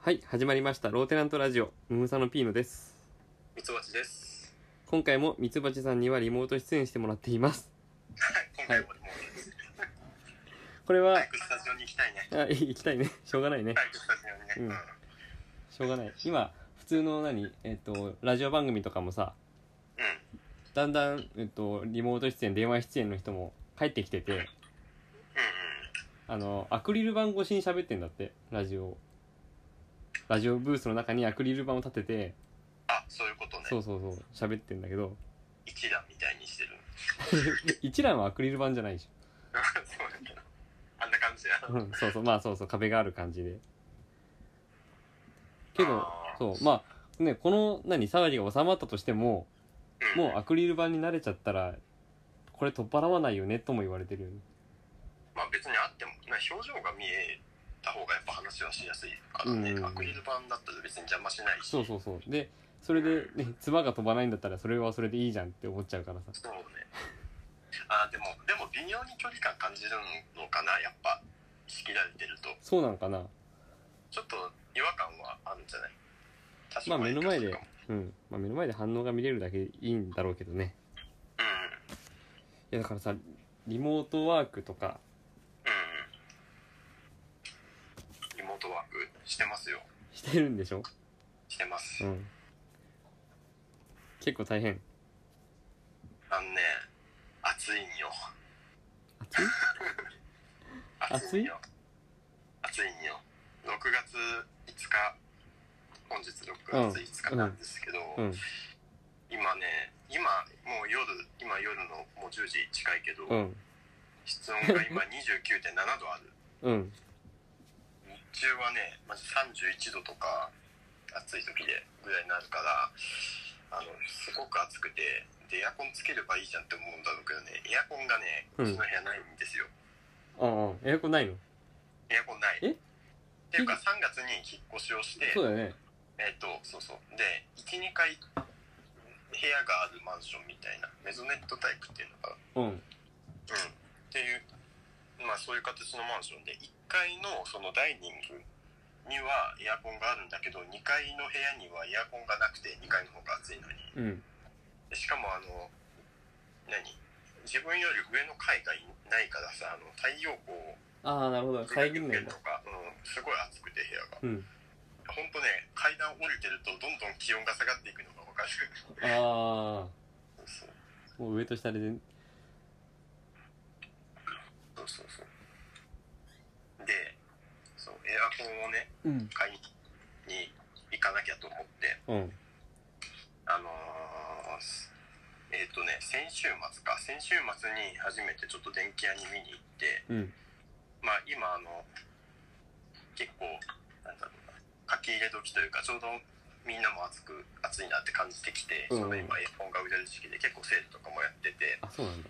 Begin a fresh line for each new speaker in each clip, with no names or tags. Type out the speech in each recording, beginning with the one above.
はい、始まりました。ローテナントラジオ、ムムサノピーノです。
ミツバチです。
今回もミツバチさんにはリモート出演してもらっています。
はい、今回もリモートです。
これは
早、くスタジオに行きたいね。
あ、い行きたいね。 しょうがないね。
早くスタジオ
う
にね。うんん。うん。
しょうがない。今、普通の何えっ、と、ラジオ番組とかもさ、だんだん、えっ、と、リモート出演、電話出演の人も帰ってきてて、あの、アクリル板越しに喋ってんだって、ラジオを。ラジオブースの中にアクリル板を立てて、
あ、そういうことね。
そうそうそう、喋ってんだけど、
一段みたいにしてる。
一覧はアクリル板じゃないでし
そうだけど。あんな感じや。
ょ。うんそうそう、まあそうそう、壁がある感じで。けど、
あー
そう、まあ、ね、この、何、騒ぎが収まったとしても、
うん、
もうアクリル板に慣れちゃったら、これ取っ払わないよね、とも言われてるよね。
まあ別にあっても、な表情が見えた方がやっぱ話はしやすいからね。
うん
アクリル板だったら別に邪魔しないし。
そうそうそう。で、それで、ね、唾が飛ばないんだったら、それはそれでいいじゃんって思っちゃうからさ。
そうね。あ、でも、でも微妙に距離感感じるのかな、やっぱ。仕切られてると。
そうなんかな。
ちょっと違和感はあるんじゃない多少
まあ
は
目の前
影響する
で
かも、
うん。まあ目の前で反応が見れるだけでいいんだろうけどね。
うん。
いや、だからさ、リモートワークとか、
うん。リモートワークしてますよ。
してるんでしょ
してます。
うん。結構大変。
あのね、暑いんよ。
暑い
暑いんよ。暑いんよ。6月5日、本日6月5日なんですけど、
うん。
今ね、今、もう夜、今夜のもう10時近いけど、
うん。
室温が今29.7度ある。
うん。
日中はね、まじ31度とか、暑い時でぐらいになるから、あの、すごく暑くて、で、エアコンつければいいじゃんって思うんだろうけどね、エアコンがね、
う
うんちの部屋ないんですよ。
ああ、エアコンないの
エアコンない。
え
っていうか、3月に引っ越しをして、
そうだよね。
えっ、と、そうそう。で、1、2階、部屋があるマンションみたいな、メゾネットタイプっていうのかな。
うん。
うん。っていう、まあそういう形のマンションで、1階のそのダイニングにはエアコンがあるんだけど、2階の部屋にはエアコンがなくて、2階の方が暑いのに。
うん。
でしかもあの、何自分より上の階がいないからさ、あの、太陽光を
ああ、なるほど。遮んないん
と
だ。
か、うん、すごい暑くて部屋が。
うん。
ほんとね、階段降りてるとどんどん気温が下がっていくのがわかる。
あ
そう
あ、もう上と下で全、
そうそうそう。で、そう、エアコンをね、
うん。
買いに行かなきゃと思って、
うん。
あのーすえっ、とね、先週末か、先週末に初めてちょっと電気屋に見に行って、
うん。
まあ今あの、結構、なんだろうな、書き入れ時というか、ちょうどみんなも暑く、暑いなって感じてきて、
うん
その今エアコンが売れる時期で結構セールとかもやってて、
あ、そうなんだ。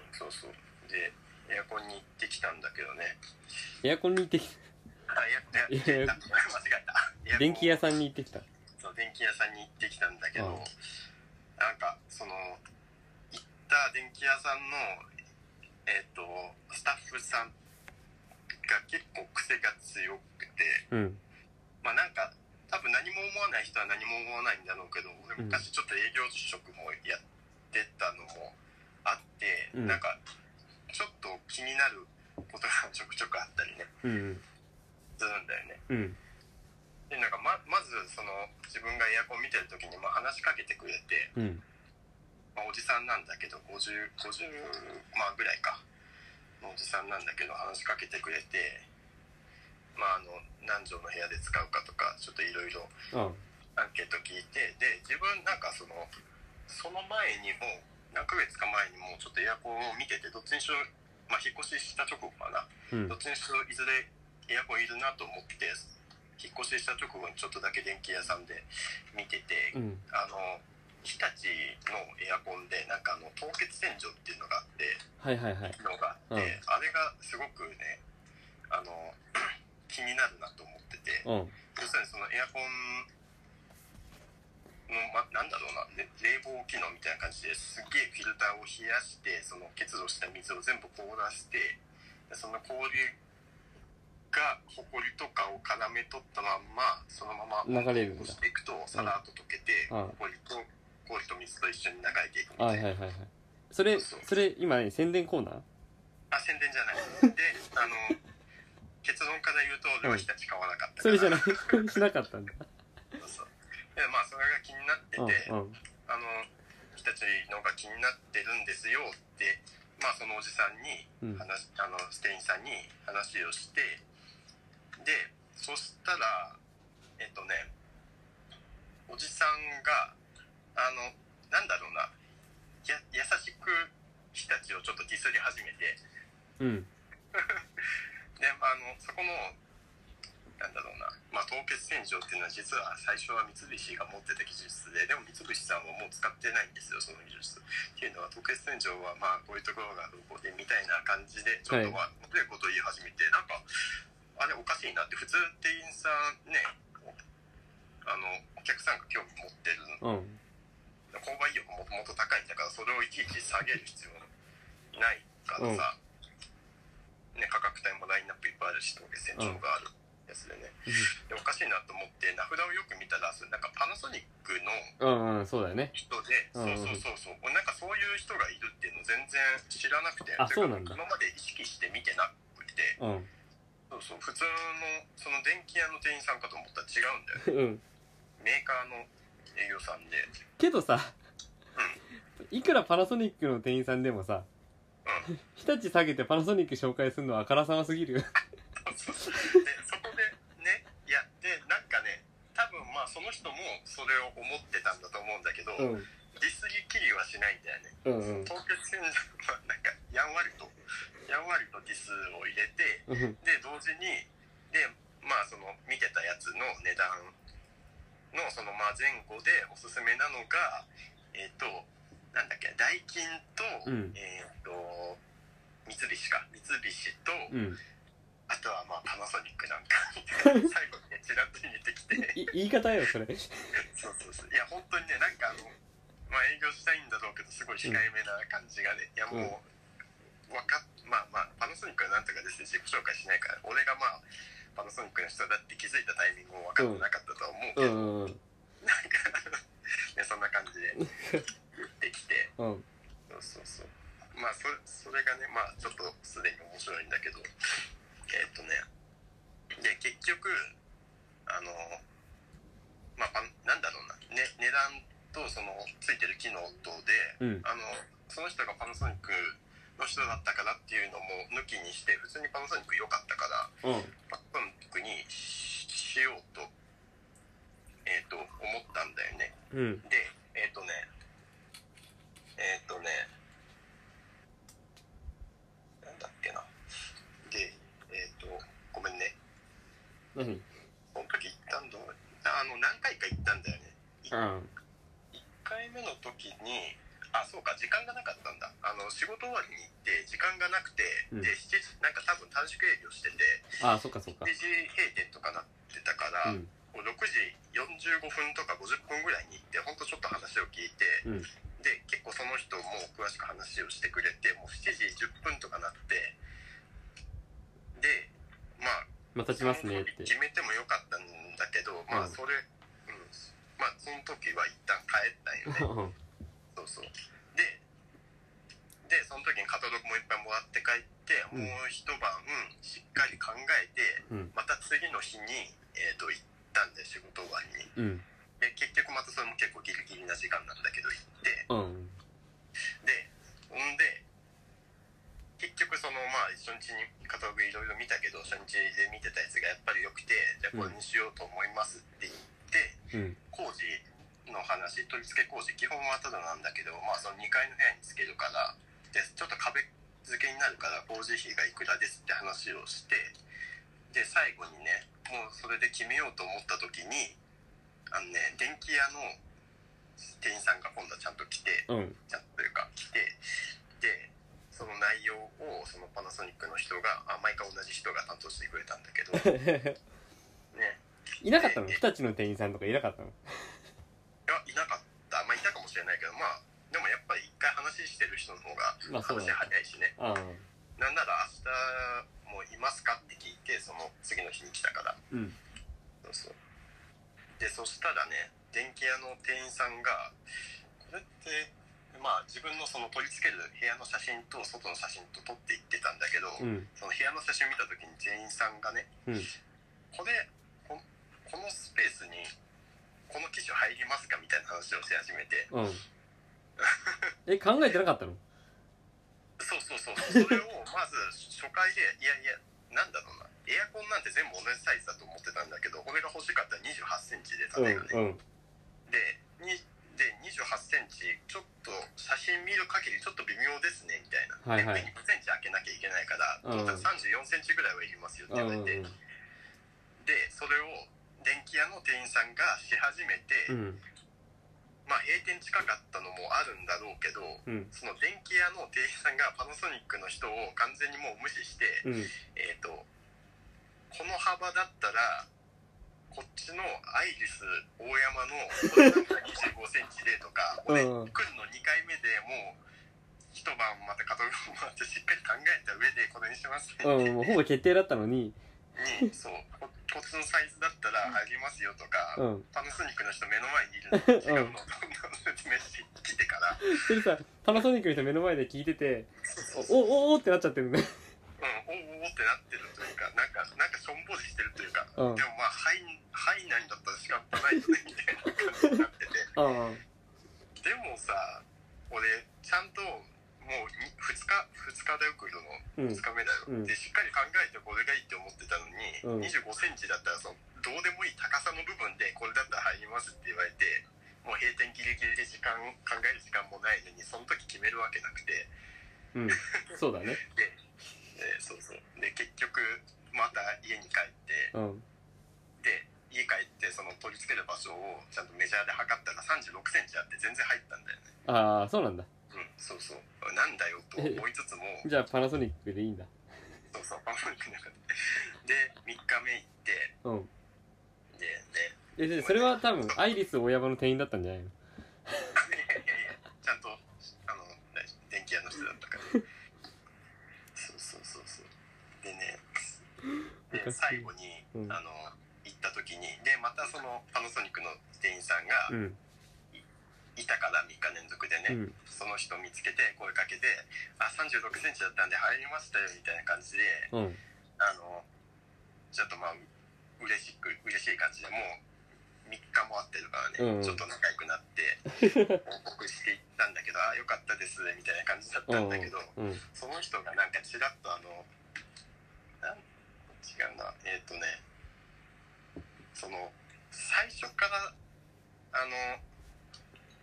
うん、そうそう。で、エアコンに行ってきたんだけどね、
エアコンに行って き
あ、エアコン、
いやい
間違
や
えた。
た。電気屋さん
に
に行ってきた。
そう電気屋さんに行ってきたんだけど、
うん
なんかその行った電気屋さんのえっ、とスタッフさんが結構癖が強くて
うん。
まあなんか多分何も思わない人は何も思わないんだろうけど俺
うん
昔ちょっと営業職もやってたのもあって、
うん
なんかちょっと気になることがちょくちょくあったりね
うん。
するんだよね
うん。
でなんかままずその自分がエアコン見てる時にまあ話しかけてくれて、
うん。
まあ、おじさんなんだけど 50, 50まあぐらいかのおじさんなんだけど話しかけてくれてまああの何畳の部屋で使うかとかちょっといろいろ
あ
アンケート聞いてで自分なんかそのその前にも何ヶ月か前にもちょっとエアコンを見ててどっちにしろ、まあ、引っ越しした直後かな
うん
どっ。ちにしろいずれエアコンいるなと思って引っ越しした直後にちょっとだけ電気屋さんで見てて
うん。
あの日立のエアコンでなんかあの凍結洗浄っていうのがあって
はいはいはい。
機能があって、
うん
あれがすごくねあの 気になるなと思ってて
うん。
要するにそのエアコンの、ま、なんだろうなれ冷房機能みたいな感じですっげえフィルターを冷やしてその結露した水を全部凍らせてでその氷がホコリとかを絡め取ったまんまそのまま
流れるんだ
こしていくとさらっと溶けて、
うん
ホコリと氷と水と一緒に流れていくみ
あは
た
い
いな、
はいはいはいそれ
そう
そ
そう
れ今何宣伝コーナー
あ宣伝じゃ ないであの結論から言うと俺は日立買わなかっ
そ
たから
れじゃない しなかったんだ
そうそうでまあそれが気になってて、
うんうん
あの日立のが気になってるんですよって、まあ、そのおじさんに
うん
話、あのステインさんに話をしてでそしたらえっとねおじさんがあのなんだろうなや優しく日立をちょっとディスり始めて
うん
で、まあ、あのそこのなんだろうな、まあ、凍結洗浄っていうのは実は最初は三菱が持ってた技術ででも三菱さんはもう使ってないんですよその技術っていうのは凍結洗浄はまあこういうところがどうこうでみたいな感じでちょっとまあ悪いことを言い始めてなんかあれおかしいなって普通店員さんねあのお客さんが興味持ってる
うん
購買意欲もともと高いんだからそれをいちいち下げる必要ないからさ、ね、価格帯もラインナップいっぱいあるし当月戦場があるやつでね、でおかしいなと思って名札をよく見たらそれなんかパナソニックの
うんうんそうだよね
人で、
うんうん
そうそうそうそう俺なんかそういう人がいるっていうの全然知らなくて
あそうなんだ
今まで意識して見てなくて
うん
そうそう普通のその電気屋の店員さんかと思ったら違うんだよね
うん
メーカーの営業さんで
けどさいくらパナソニックの店員さんでもさ
うん
日立下げてパナソニック紹介するのはあからさますぎるよ
でそこでねやってなんかね多分まあその人もそれを思ってたんだと思うんだけど、
うん
ディスりきりはしないんだよ
うんう
ね
ん
凍結洗浄はなんかやんわりと やんわりとディスを入れて
うん
で同時にでまあその見てたやつの値段のそのまあ前後でおすすめなのがえっ、となんだっけダイキン
う
と、
ん
えっ、と三菱か三菱と、
うん
あとはまあパナソニックなんか 最後にねちらっと見てきて
い言い方よそれ
そうそうそういや本当にねなんかあのまあ営業したいんだろうけどすごい控えめな感じがね、いやもうわかっまあまあパナソニックはなんとかですね自己紹介しないから俺がまあパナソニックの人だって気づいたタイミングも分かってなかったとは思う
う
けど、
んうん
なんかねそんな感じで言ってきて
うん
そうそうそうまあそそれがねまあちょっとすでに面白いんだけどえーっとねで結局あのまあパンなんだろうな、ね、値段とそのついてる機能とで
うん
あのその人がパナソニックの人だったからっていうのも抜きにして普通にパナソニック良かったから
うん
パナソニックにししようと,、えーっと思ったんだよね。
うん
で、えっ、とね、えっ、とね、なんだっけな。で、えっ、と、ごめんね。
何
その時行ったんだ。あの、何回か行ったんだよね。
うん
1回目の時に、あ、そうか、時間がなかったんだ。あの、仕事終わりに行って、時間がなくて、
うん
で、7時、なんか多分短縮営業してて、
あそっかそっか
7時閉店とかなってたから、
うん
こう6時45分とか50分ぐらいに行って、ほんとちょっと話を聞いて、
うん
で結構その人も詳しく話をしてくれてもう7時10分とかなってでまあ
またしますねって
決めてもよかったんだけど
うん
まあそれ、うんまあその時は一旦帰ったんよね
うん
そうそうででその時にカタログもいっぱいもらって帰って、
うん
もう一晩しっかり考えて
うん
また次の日に、えー、と行ったんで仕事終わり
うん
にで結局またそれも結構ギリギリな時間なんだけど行って
うん
でほんで結局そのまあ初日にカタログいろいろ見たけど初日で見てたやつがやっぱり良くてじゃあこれにしようと思いますって言
うん
って、工事の話取り付け工事基本はただなんだけどまあその2階の部屋につけるからでちょっと壁付けになるから工事費がいくらですって話をしてで最後にねもうそれで決めようと思った時にあのね電気屋の店員さんが今度はちゃんと来て。
うん
ちゃんというか来てでその内容をそのパナソニックの人があ毎回同じ人が担当してくれたんだけどね
いなかったの日立の店員さんとかいなかったの
いやいなかったまあいたかもしれないけどまあでもやっぱり一回話してる人の方
まあ
が
そう
話
だね
早いしね、
ああ
なんなら明日もいますかって聞いてそのしに来たから
うん
そうそうでそしたらね電気屋の店員さんがこれってまあ自分のその取り付ける部屋の写真と外の写真と撮っていってたんだけど、
うん
その部屋の写真見た時に店員さんがね
うん
これここのスペースにこの機種入りますかみたいな話をし始めて
うんえ考えてなかったの
そうそうそうそうそれをまず初回でいやいやなんだろうなエアコンなんて全部同じサイズだと思ってたんだけど俺が欲しかったら2 8ンチで
うん
縦
う
がね、
ん
でにで2 8ンチちょっと写真見る限りちょっと微妙ですねみたい
はいは
な、
い
で2センチ開けなきゃいけないから、
うん
トータル34センチぐらいはいりますよって
う
言
んう
わ
ん
れて、でそれを電気屋の店員さんがし始め
う
て、
ん
まあ閉店近かったのもあるんだろうけど
うん
その電気屋の店員さんがパナソニックの人を完全にもう無視して、
うん
えっ、とこの幅だったらこっちのアイリス大山のこれなんか25センチでとか
うん
俺来るの2回目でもう一晩また片付け回ってしっかり考えた上でこれにしますね
うんもうほぼ決定だったのに
にそうここっちのサイズだったらありますよとか、
うん
パナソニックの人目の前にいるの違うのをどんどん説明してきてから
それさパナソニックの人目の前で聞いてておおおおってなっちゃってるね
うん、おーおーってなってるというか、なんか、なんかしょんぼりしてるというか、
うん
でもまあ、範囲、範囲内だったら仕方ないよね、みたいな感じになってて。
うんうん
でもさ、俺、ちゃんと、もうに、2日、2日だよ、来
うんうん
るの。2日目だよ。で、しっかり考えてこれがいいって思ってたの
うん
に、25センチだったら、その、どうでもいい高さの部分で、これだったら入りますって言われて、もう閉店ギリギリで時間、考える時間もないのに、その時決めるわけなくて、
うんそうだね
で、そうそう。で、結局、また家に帰って、
うん
で家帰ってその取り付ける場所をちゃんとメジャーで測ったら3 6センチあって全然入ったんだよね
ああそうなんだ
うんそうそうなんだよと思いつつも
じゃあパナソニックでいいんだ
そうそうパンフレットの中でで3日目行って
うん
でで
えでそれは多分アイリス大山の店員だったんじゃないの
いやいやちゃんとあの何電気屋の人だったからそうそうそうそうでね
お
で
かしい
最後に、
うん
あの行った時にでまたそのパナソニックの店員さんが
うん
いたから3日連続で
う
ね、
ん
その人見つけて声かけて「あ三36センチだったんで入りましたよ」みたいな感じで
うん
あのちょっとまあ嬉しく嬉しい感じでもう3日も会ってるから
う
ね、
ん
ちょっと仲良くなっ て報告していったんだけど「あよかったです」みたいな感じだっ
う
たん
ん
だけど、
うん
その人がなんかちらっとあのなん違うなえっ、とねその最初からあの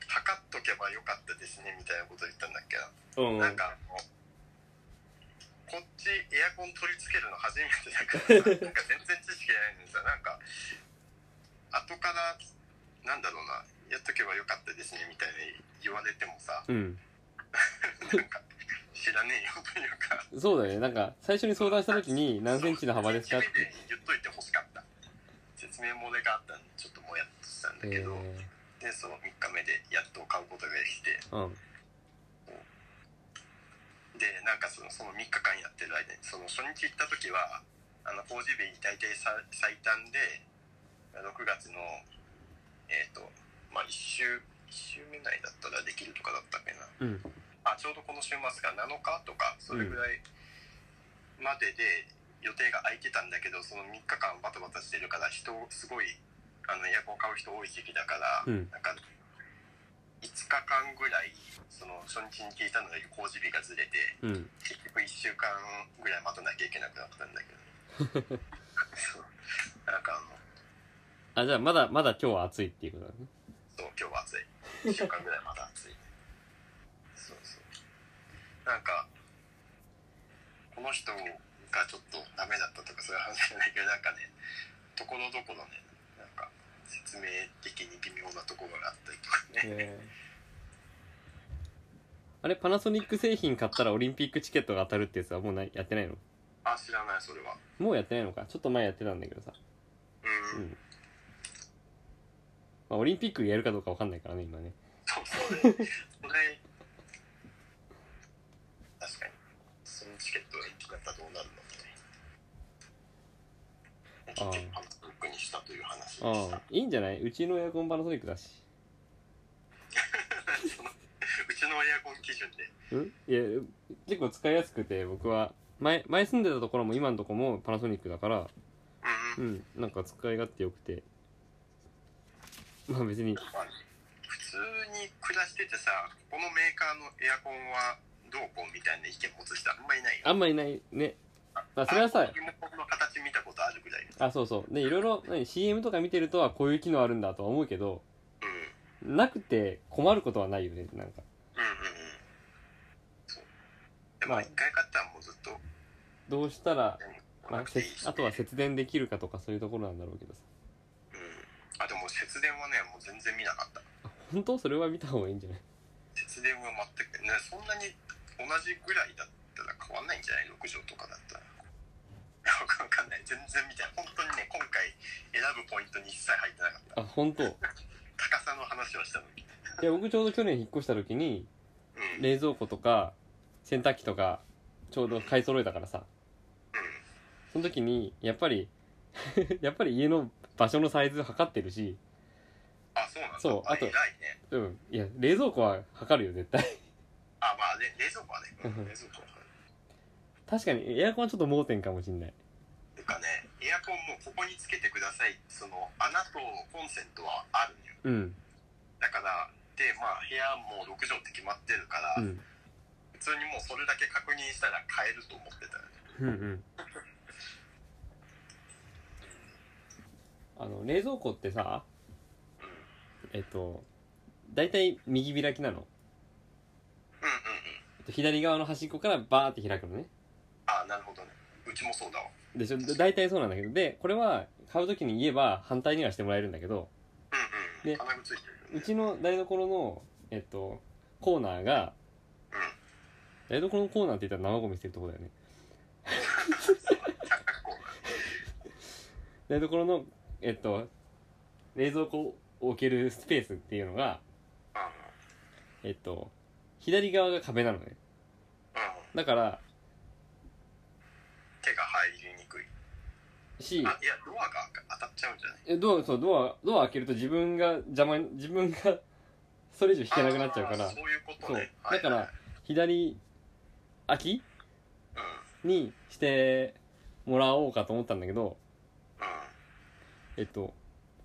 測っとけばよかったですねみたいなこと言ったんだっけ
うん
な、
う
なん
ん
かあのこっちエアコン取り付けるの初めてだからさなんか全然知識ないのにさ なんか後からなんだろうなやっとけばよかったですねみたいに言われてもさ
うん
なんか知らねえよというか
そうだよねなんか最初に相談した時に何センチの幅ですかって
説明で言っといてほしかった説明漏れがあったんでちょっともやっとしたんだけ
え
ど、でその3日目でやっと買うことができて
ー、うん
でなんかそのその3日間やってる間にその初日行った時はあの工事日大体さ最短で6月のえっ、とまあ1週1週目内だったらできるとかだったっけな
うん
あちょうどこの週末が7日とかそれぐらいまでで予定が空いてたんだけどその3日間バタバタしてるから人すごいあのエアコン買う人多い時期だから、
うん
なんか5日間ぐらいその初日に聞いたのより工事日がずれて
うん
結局1週間ぐらい待たなきゃいけなくなったんだけ ど、ね、そうなんかあの
あじゃあまだまだ今日は暑いっていうことだね
そう今日は暑い1週間ぐらいまだ暑いそうそうなんかこの人がちょっとダメだったとかそういう話じゃないけどなんかねところどころねなんか説明的に微妙なところがあったりとかね
えーあれパナソニック製品買ったらオリンピックチケットが当たるってやつはもうないやってないの
あ知らないそれは
もうやってないのかちょっと前やってたんだけどさ、
うん、
うんまあ、オリンピックやるかどうかわかんないからね今ね
そうそうねそれ確かにそのチケットが一気だったらどうなるのみたいな切ってパナソニックにしたという話で
うん
した。
いいんじゃないうちのエアコンパナソニックだし
その うちのエアコン基準で。
うんいや結構使いやすくて僕は前前住んでたところも今のところもパナソニックだから
うん
う
うん。
んなんか使い勝手良くてまあ別に
まあ普通に暮らしててさ、このメーカーのエアコンはどうこうみたいな意見持つ人あんまりいないよ。
あんまいないねあそれはさ
リモコンの形見たことあるぐらい。う
あそうそうでいろいろ何 CM とか見てるとはこういう機能あるんだとは思うけど
ん。うん
なくて困ることはないよねなんか
うんうんうん。そう。でも
まあ
一回買ったらもうずっと、
どうしたら、ま
な
あ、
く
せ
ていいし、
あとは節電できるかとかそういうところなんだろうけどさ
うん。あ、でも節電はね、もう全然見なかった。
あ本当それは見た方がいいんじゃない
節電は全くねそんなに同じぐらいだったら変わんないんじゃない6畳とかだったらいやわかんない全然見てない本当にね今回選ぶポイントに一切入ってなかった
あ本当い
高さの話はしたのに
や僕ちょうど去年引っ越した時に
うん
冷蔵庫とか洗濯機とかちょうど買い揃えたからさ
うん
その時にやっぱり やっぱり家の場所のサイズ測ってるし
あそうなんだ
そう
あ
あと
偉いね
うんいや冷蔵庫は測るよ絶対
あまあ、ね、冷蔵庫はね、う、
うんん
冷蔵庫は
確かにエアコンはちょっと盲点かもしんない
てかねエアコンもここにつけてくださいその穴とコンセントはあるんよ
うん
だからでまあ部屋も6畳って決まってるから、
うん
普通にもうそれだけ確認したら買えると思ってたよね
うんうんあの冷蔵庫ってさ
うん
えっと大体右開きなの、
うんうんうん
えっと、左側の端っこからバーって開くのね
あなるほどねうちもそうだわ
でしょだ大体そうなんだけどでこれは買う時に言えば反対にはしてもらえるんだけど
うんう
で
ん金具ついてる
うちの台所のえっとコーナーが台所のコーナーって言ったら生ゴミ捨てるとこだよね
三角コーナ
台
ー
所のえっと冷蔵庫を置けるスペースっていうのが
うん
えっと左側が壁なのね
うん
だから
手が入りにくい
し
あいやドアが当たっちゃうんじゃない
えドアそうドアドア開けると自分が邪魔に自分がそれ以上引けなくなっちゃうから
あーそういうことね
そうだから
はいはい
左空きにしてもらおうかと思ったんだけど
うんうん
えっと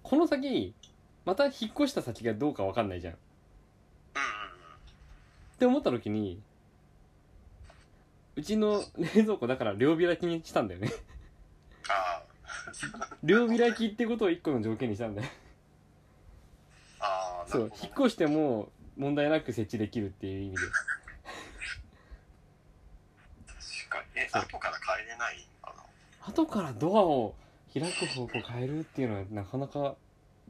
この先また引っ越した先がどうかわかんないじゃんっ
うん
て思った時にうちの冷蔵庫だから両開きにしたんだよね
あ
両開きってことを一個の条件にしたんだよ
ーあーな
そ
るほど
う
ね
引っ越しても問題なく設置できるっていう意味で
確かにえ
そう
後から帰れないのかな
後からドアを開く方向変えるっていうのはなかなか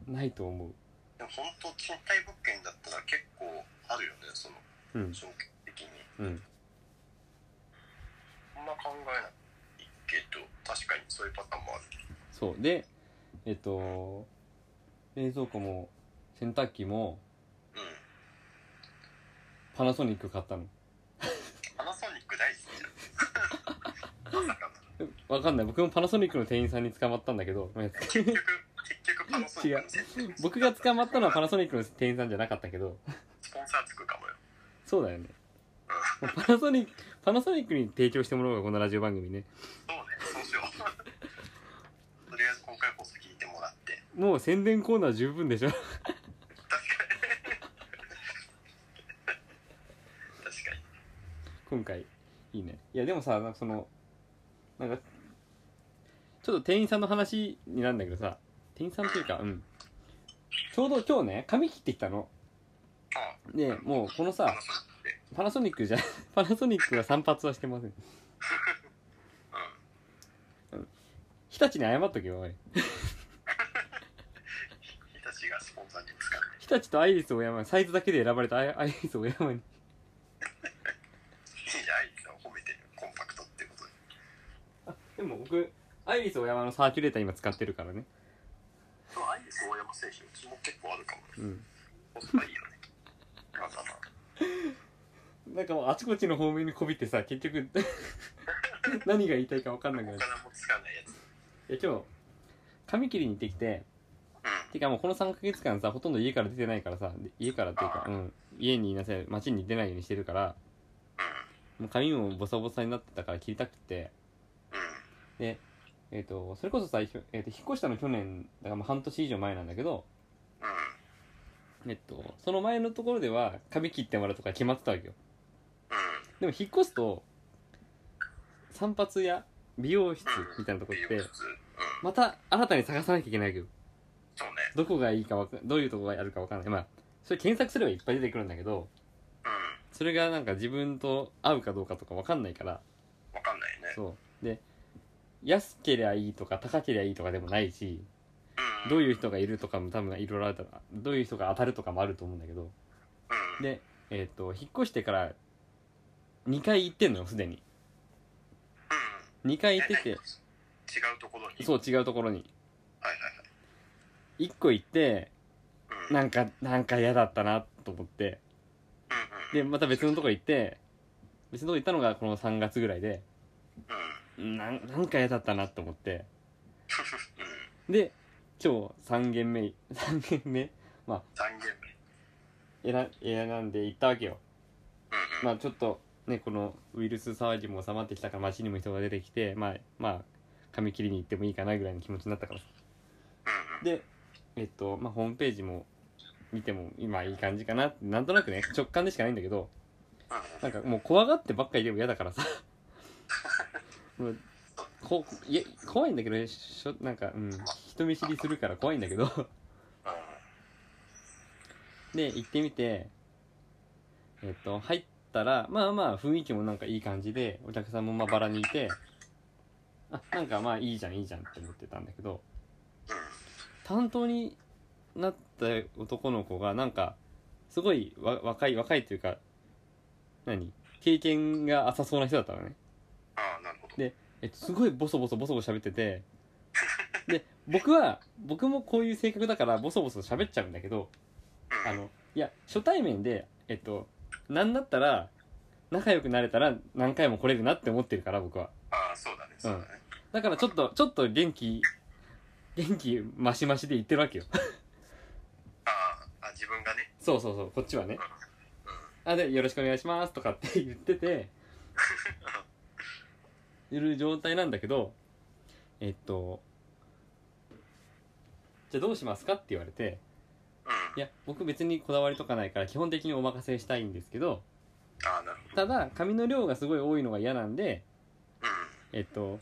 ないと思う
でも本当賃貸物件だったら結構あるよねその
うん
条件的に
うん
あんま考えないけど確かにそういうパターンもある
そうでえっと冷蔵庫も洗濯機も
うん
パナソニック買ったの
パナソニック大 好きじゃんまさかの
えわかんない僕もパナソニックの店員さんに捕まったんだけど
結局結局パナソニックの選択
僕が捕まったのはパナソニックの店員さんじゃなかったけど
スポンサーつくかもよ
そうだよねパナソニックパナソニックに提供してもらおうかこのラジオ番組ね
そうねそう しようとりあえず今回こそ聞いてもらって
もう宣伝コーナー十分でしょ
確かに確かに
今回いいねいやでもさなんかそのなんかちょっと店員さんの話になるんだけどさ店員さんっていうかうんちょうど今日ね髪切ってきたの
あ
でもうこの
あ
さ
パナソニックで
パナソニックじゃ パナソニックは散髪はしてません
うん
日立に謝っとけよおい
日立がスポンサーにもつかない
日立とアイリスオーヤマサイズだけで選ばれたアイアイリスオーヤマに
いいじゃんアイリスを褒めてるコンパクトってことで
でも僕アイリスオーヤマのサーキュレーター今使ってるからね
でもアイリス大山選手うちも結構あるかもね
うん
コスパいいよねまあまあまあ
なんかもうあちこちの方面にこびってさ結局 何が言いたいか分かんなくな
お
っちゃう
金もつかないやつ
いや今日髪切りに行ってきててかもうこの3ヶ月間さほとんど家から出てないからさで家からっていうか、うん、家にいなさい街に出ないようにしてるからもう髪もボサボサになってたから切りたくてでえっ、とそれこそさ、ひょえーと引っ越したの去年だからもう半年以上前なんだけどえっとその前のところでは髪切ってもらうとか決まってたわけよでも引っ越すと散髪や美容室みたいなとこ行ってまた新たに探さなきゃいけないわけど
そうね。
どこがいいかわかどういうとこがあるかわかんないまあそれ検索すればいっぱい出てくるんだけど
う
それがなんか自分と合うかどうかとかわかんないから
ん。わかんないね。
そうで安けりゃいいとか高けりゃいいとかでもないし
うん。
どう
いう。
いう人がいるとかも多分いろいろあるからどういう人が当たるとかもあると思うんだけど
うん。
でえっ、と引っ越してから2回行ってんのよすでに
う
2回
ん。
行ってて
違うところに。
そう違うところに
はい
1個行って
はいはい。うん。
なんかなんか嫌だったなと思って
うん。
でまた別のとこ行って別のとこ行ったのがこの3月ぐらいで
うん。うん。
なんなんか嫌だったなと思って
うん。
で今日3軒目3軒 目
三軒目。
選選んで行ったわけよ
うん。
まあちょっとねこのウイルス騒ぎも収まってきたから街にも人が出てきてまあまあ髪切りに行ってもいいかなぐらいの気持ちになったから
うん。
でえっとまあホームページも見ても今いい感じかななんとなくね直感でしかないんだけどなんかもう怖がってばっかりでも嫌だからさ もうこいや怖いんだけどねしょなんか、うん、人見知りするから怖いんだけど で行ってみてえっと入ったらまあまあ雰囲気もなんかいい感じでお客さんもまばらにいてあなんかまあいいじゃんいいじゃんって思ってたんだけど担当になった男の子がなんかすごいわ若い若いというか何経験が浅そうな人だったのね、
ああ、なるほど。
えっと、すごいボソボソボソボソ喋っててで僕は僕もこういう性格だからボソボソ喋っちゃうんだけど
うん。
あのいや初対面でえっとなんだったら仲良くなれたら何回も来れるなって思ってるから僕は
ああ、そうだね。そうだね。
だからちょっとちょっと元気元気マシマシで言ってるわけよ
ああ、自分がね。
そうそうそうこっちはね
うん。
あでよろしくお願いしますとかって言ってている状態なんだけどえっとじゃあどうしますかって言われて
うん
い。や僕別にこだわりとかないから基本的にお任せしたいんですけど
ああ、なるほど。
ただ髪の量がすごい多いのが嫌なんで
うん。
えっと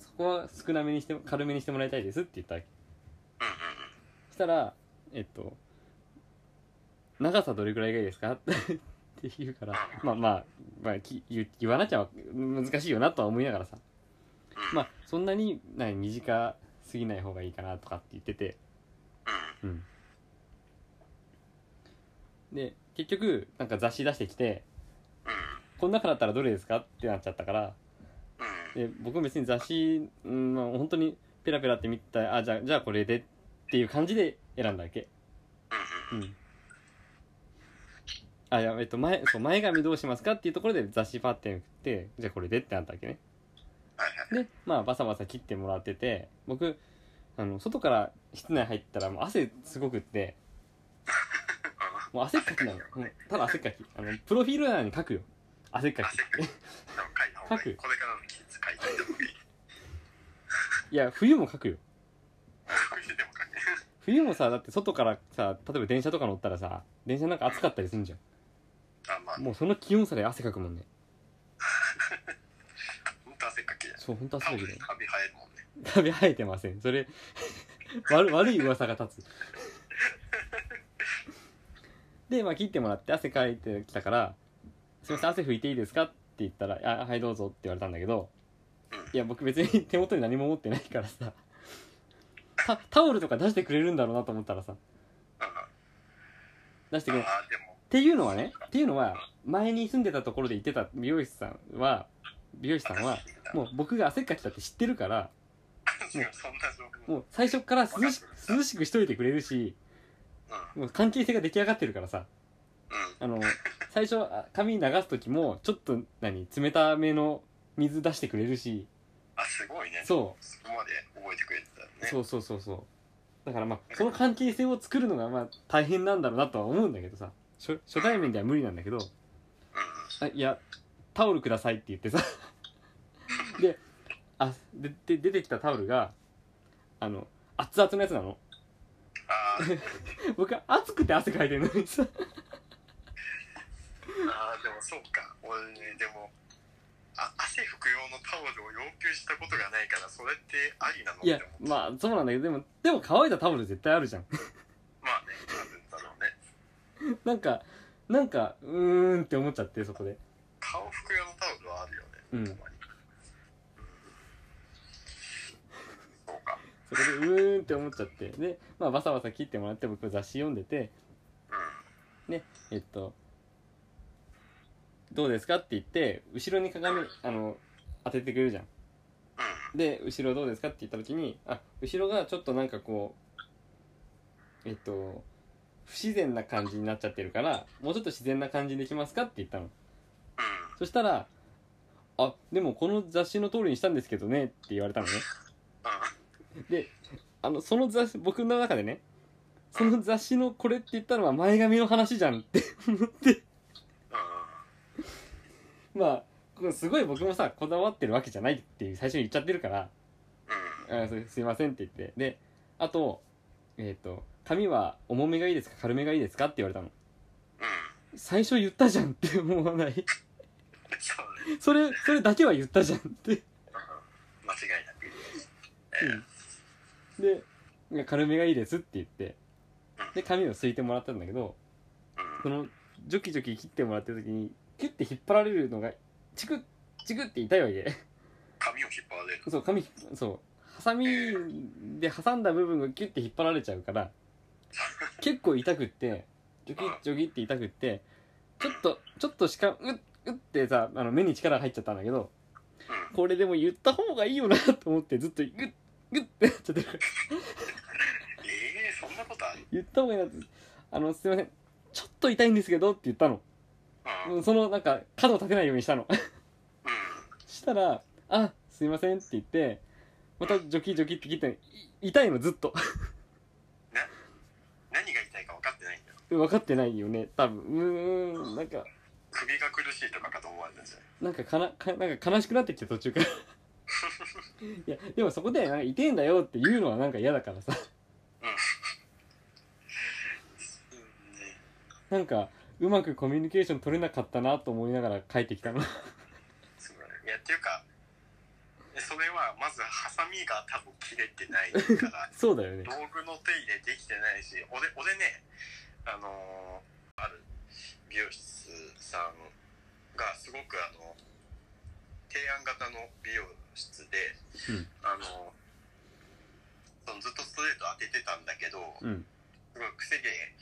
そこは少なめにして軽めにしてもらいたいですって言ったわけ
うん。
そしたらえっと長さどれくらいがいいですかって言うからまあまあ、まあ、き言言わなきゃ難しいよなとは思いながらさ
うん。
まあそんなにな短すぎない方がいいかなとかって言ってて
うん。
うんで結局なんか雑誌出してきて「この中だったらどれですか?」ってなっちゃったから
うん。うん。
で僕別に雑誌、うん、まあ本当にペラペラって見たあじゃあじゃあこれでっていう感じで選んだわけうんあいやえっと前そう前髪どうしますかっていうところで雑誌パッてめくってじゃあこれでってなったわけね
はいはい。
でまあバサバサ切ってもらってて僕あの外から室内入ったらもう汗すごくって もう汗っかきなのもうただ汗っかきあのプロフィール欄に書くよ汗っか
汗
き
かき。書いた方がいい。これからの季節書いた方がいい。
いや冬も書くよ
でも書いて。
冬もさだって外からさ例えば電車とか乗ったらさ電車なんか暑かったりするんじゃん
あ、まあ、
もうその気温差で汗かくもんね
本当汗かきだよ。
そうほんと汗
タ
か
オ
き
ル
だ
に
よ
カビ生えるもんね。
カビ生えてませんそれ悪悪い噂が立つでまあ切ってもらって汗かいてきたから「すいません汗拭いていいですか?」って言ったら「あはいどうぞ」って言われたんだけどいや僕別に手元に何も持ってないからさタタオルとか出してくれるんだろうなと思ったらさ
うん。あ
出してくれないっ
あ、でも、
ていうのはねっていうのは前に住んでたところで言ってた美容師さんは美容師さんはもう僕が汗っかきだって知ってるから
そんな状況。
もう最初から涼し涼しくしといてくれるし
うん。
もう関係性が出来上がってるからさ
うん。
あの最初あ髪流す時もちょっと何冷ための水出してくれるし
あ、すごいね。
そ
そこまで覚えてくれてた。ね
そうそうそうそうだからまあその関係性を作るのがまあ大変なんだろうなとは思うんだけどさ初初対面では無理なんだけど
うんうん
あいやタオルくださいって言ってさ であでで出てきたタオルがあの熱々のやつなの
あー
僕は熱くて汗かいてるのにさ
あーでもそうか俺ねでもあ汗拭く用のタオルを要求したことがないからそれってありなのっ
いや
て思って
まあそうなんだけどでもでも乾いたタオル絶対あるじゃん
まあねあるんだろうね
なんかなんかうーんって思っちゃってそこで
顔拭く用のタオルはあるよね
うん
たまに、
そこで
そうか
うーんって思っちゃってでまあバサバサ切ってもらって僕雑誌読んでて
うん
えっと「どうですか?」って言って後ろに鏡あの当ててくれるじゃん
うん
で後ろどうですかって言った時にあ後ろがちょっとなんかこうえっと不自然な感じになっちゃってるからもうちょっと自然な感じできますかって言ったの
うん
そしたら「あでもこの雑誌の通りにしたんですけどね」って言われたのね
う
であのその雑誌僕の中でねその雑誌のこれって言ったのは前髪の話じゃんって思って
んうん
まあすごい僕もさこだわってるわけじゃないっていう最初に言っちゃってるから
うん
あすすいませんって言ってであとえっ、と髪は重めがいいですか軽めがいいですかって言われたの
う
最初言ったじゃんって思わない
んそうね
それそれだけは言ったじゃんって、
間違いなく
うん、でいや軽めがいいですって言ってで髪をすいてもらったんだけど
う
そ
ん
のジョキジョキ切ってもらってる時にキュッて引っ張られるのがチクッチクッて痛いわけ
髪を引っ張られる
そう髪そうハサミで挟んだ部分がキュッて引っ張られちゃうから結構痛くってジョキジョキって痛くってちょっとちょっとしかうっうってさあの目に力入っちゃったんだけど
うん
これでも言った方がいいよなと思ってずっとグッグッってなっちゃってるから
ええそんなことある
言った方がいいなってあのすいませんちょっと痛いんですけどって言ったの
うん
うんそのなんか角を立てないようにしたの
うん
したら「あすいません」って言ってまたジョキジョキって切ったのい痛いのずっと
何が痛いか分かってないんだよ
分かってないよね多分うーんなんか
首が苦しいとかかと思われたんじゃない
なんかかなかなんか悲しくなってきて途中から いやでもそこでなんか痛えんだよって言うのはなんか嫌だからさ
うんね
なんかうまくコミュニケーション取れなかったなと思いながら帰ってきたの
そうだねいやっていうかそれはまずハサミが多分切れてない から
そうだよね
道具の手入れできてないし俺俺ねあのーある美容室さんがすごくあの提案型の美容室で、
うん
あのそのずっとストレート当ててたんだけど
うん
すごい癖毛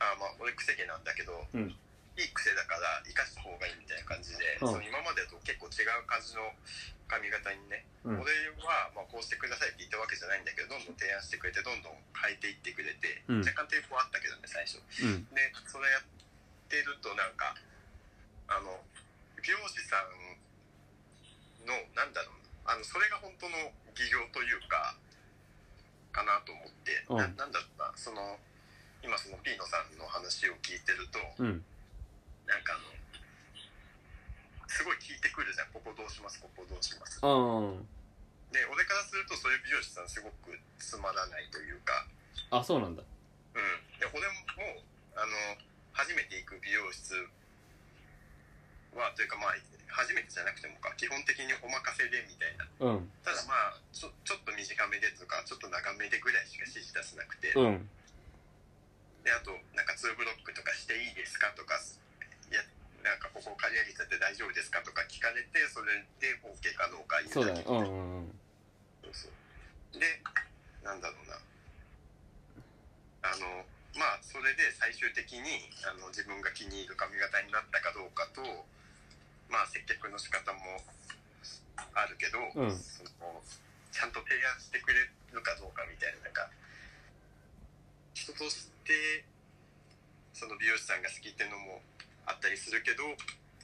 あまあ俺癖毛なんだけど、
うん
いい癖だから生かした方がいいみたいな感じで、
うん
その今までと結構違う感じの髪型にね
うん
俺は、まあ、こうしてくださいって言ったわけじゃないんだけどどんどん提案してくれてどんどん変えていってくれて、
うん
若干抵抗あったけどね最初
うん
でそれやってるとなんかあの美容師さんのなんだろうあのそれが本当の技量というかかなと思って、
うん
ななんだろうなその今そのピーノさんの話を聞いてると、
うん
なんかあのすごい聞いてくるじゃんここどうしますここどうします
あー
で俺からするとそういう美容師さんすごくつまらないというか、
あそうなんだ
うん、で俺もあの初めて行く美容室はというかまあ初めてじゃなくてもか基本的にお任せでみたいな
うん
ただまあちょちょっと短めでとかちょっと長めでぐらいしか指示出せなくて、
うん
であとなんかツーブロックとかしていいですかとかいやなんかここ刈り上げちゃって大丈夫ですかとか聞かれてそれで OK かどうか言
そう
う
だ
だけ
ねうんうんうん
そうそうでなんだろうなあのまあそれで最終的にあの自分が気に入る髪型になったかどうかとまあ接客の仕方もあるけど、
うん
そのちゃんと提案してくれるかどうかみたいななんか人としてその美容師さんが好きっていうのもあったりするけど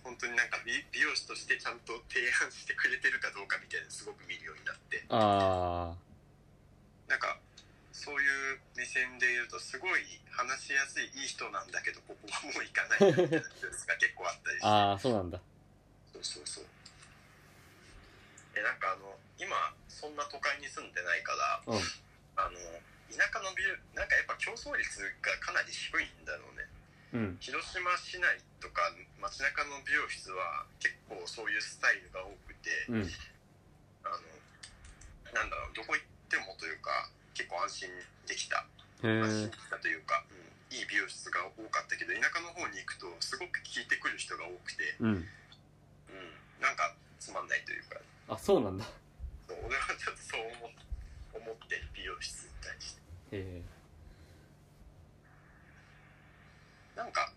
本当になんか美美容師としてちゃんと提案してくれてるかどうかみたいなのすごく見るようになって
あ
線で言うとすごい話しやすいいい人なんだけどここはもう行かないみたいなやつが結構あったりして
ああそうなんだ
そうそうそうえなんかあの今そんな都会に住んでないか
うん
らあの田舎のビルなんかやっぱ競争率がかなり低いんだろうね
うん
広島市内とか街中の美容室は結構そういうスタイルが多くて、
うん
あのなんだろうどこ行ってもというか結構安心できた
へえ
安心できたというか、うんいい美容室が多かったけど田舎の方に行くとすごく聞いてくる人が多くて、
うん
うん、なんかつまんないというか
あそうなんだ
そう俺はちょっとそう思っ思ってる美容室に対して
へ
なんか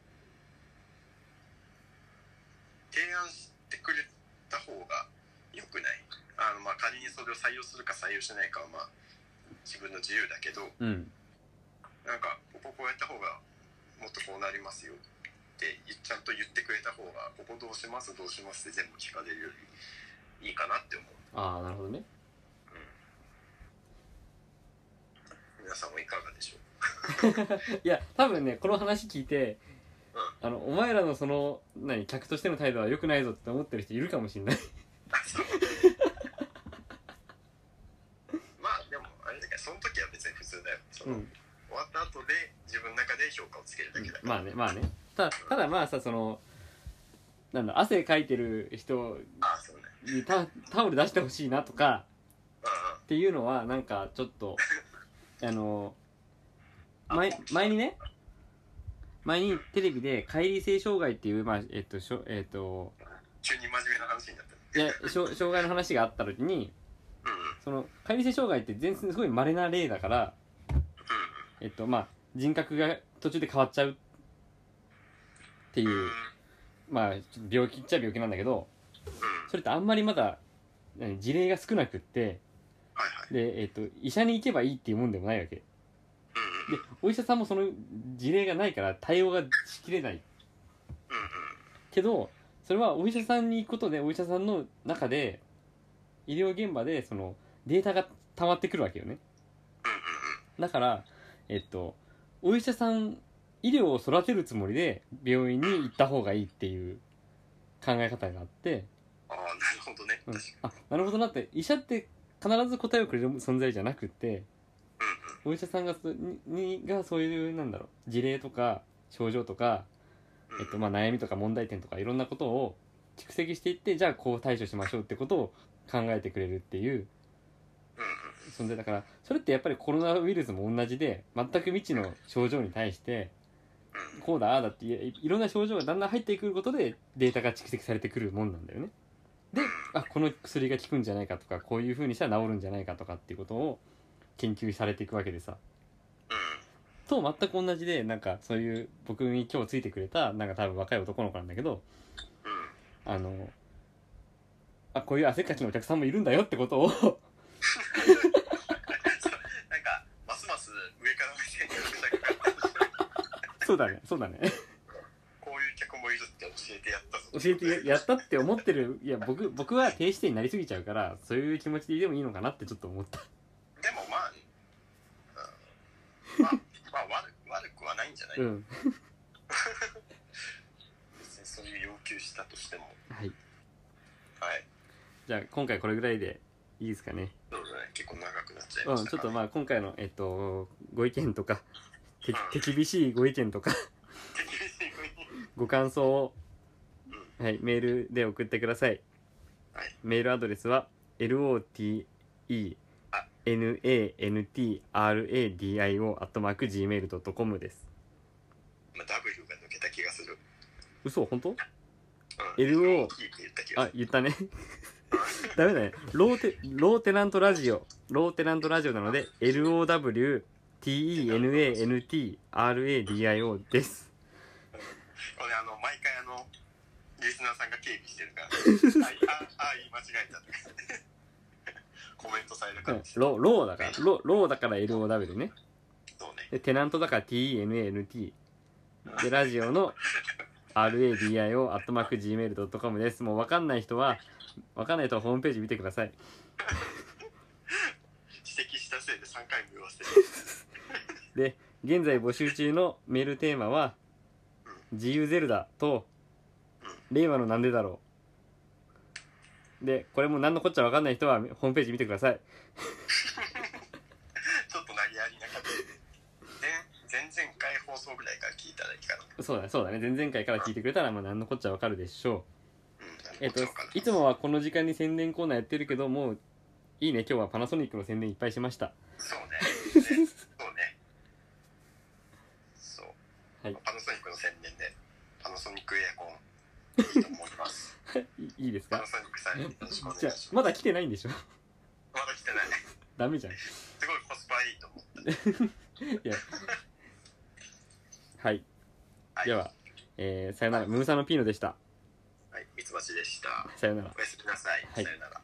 提案してくれた方が良くないあのまあ仮にそれを採用するか採用しないかはまあ自分の自由だけど、
えうん
なんかこここうやった方がもっとこうなりますよって言っちゃんと言ってくれた方がここどうしますどうしますって全部聞かれるよりいいかなって思う、
ああなるほどね
うん、皆さんもいかがでしょ
いや多分ねこの話聞いて
ううん
あのお前らのその何客としての態度は良くないぞって思ってる人いるかもしんない
あそうまあでもあれだけどその時は別に普通だよその、
うん
終わった後で自分の中で評価をつけるだけだから、
まあねまあねたただまあさそのなんだ汗かいてる人
ああそうね
にタタオル出してほしいなとか
うんうん
っていうのはなんかちょっとあの前前にね前にテレビで解離性障害っていうまあえっとしょえっと
急に真面目な話になった
いやしょ障害の話があった時に
うんうんうん
その解離性障害って全然すごい稀な例だからえっとまあ人格が途中で変わっちゃうってい
うん
うまあちょっと病気っちゃ病気なんだけど
うん
それってあんまりまだ何事例が少なくって
はいはい
でえっと医者に行けばいいっていうもんでもないわけ
うんうん
でお医者さんもその事例がないから対応がしきれない
うんうん
けどそれはお医者さんに行くことでお医者さんの中で医療現場でそのデータが溜まってくるわけよね
うんうん
だからえっとお医者さん医療を育てるつもりで病院に行った方がいいっていう考え方があって、
ああなるほどね
うん
確かに
あなるほどなって医者って必ず答えをくれる存在じゃなくて
うん
お医者さんがそににがそういうなんだろう事例とか症状とか
うんうん
えっとまあ、悩みとか問題点とかいろんなことを蓄積していってじゃあこう対処しましょうってことを考えてくれるっていう
うんうん
存在だからそれってやっぱりコロナウイルスも同じで全く未知の症状に対して
うん
こうだああだっていいろんな症状がだんだん入ってくることでデータが蓄積されてくるもんなんだよね。であこの薬が効くんじゃないかとかこういうふうにしたら治るんじゃないかとかっていうことを研究されていくわけでさ。
うん
と全く同じでなんかそういう僕に今日ついてくれたなんか多分若い男の子なんだけど
うん
あのあこういう汗っかきのお客さんもいるんだよってことを
なんかますます上から目線に落ちたくなっ た
そうだねそうだね
こういう客もいるって教えてやったぞ
教えてやったって思ってるいや僕僕は低視点になりすぎちゃうからそういう気持ちでいてもいいのかなってちょっと思った
でもまあ、うん、まあまあ悪悪くはないんじゃない、
うん
別にそういう要求したとしても
はい
はい
じゃあ今回これぐらいでいいですかね
そうだね結構長くなっちゃいうま
ん
し
ちょ
た
っ
か
と
ら、
まあ今回のえっとご意見とかて 手厳しいご意見とかご感想を、はい、メールで送ってください、
はい
メールアドレスは lotenantradio.gmail.com です
まあ、W が抜けた気がする、
嘘本当
うん
LO
いいって言った気が
あ
する
言ったね ダメだねローテローテナントラジオローテナントラジオなので LOWTENANTRADIO です
これあの毎回あのリスナーさんが警備して るからあああ言い間違えた コメントされるか
う
も
ん
しれない、
ロローだからロローだから LOW ね
そうね
でテナントだから TENANT でラジオの RADIO アットマーク Gmail.com ですもう分かんない人は分かんない人はホームページ見てください
指摘したせいで3回も言わせて
で現在募集中のメールテーマは「自由ゼルダ」と「令和のなんでだろう」でこれも何のこっちゃ分かんない人はホームページ見てください
ちょっと投げやりな感じで前前々回放送ぐらいから聞いたらいいかな
そうだねそうだね前々回から聞いてくれたらまあ何のこっちゃ分かるでしょう
うん
えっと
こちらから、
いつもはこの時間に宣伝コーナーやってるけどもういいね今日はパナソニックの宣伝いっぱいしました
そう ねねそうねそう、
はい
パナソニックの宣伝でパナソニックエアコン いいと思います
いいい です
パ
か
ナソニックさんよろしくお願いし
じゃ
ま
あ
す
まだ来てないんでしょ
まだ来てない
ダメじゃん
すごいコスパいいと思う
はい
はい
では、えー、さよならムーサのピーノでした
はい、ミツバチでした
さよなら
おやすみなさい、
はい
さよなら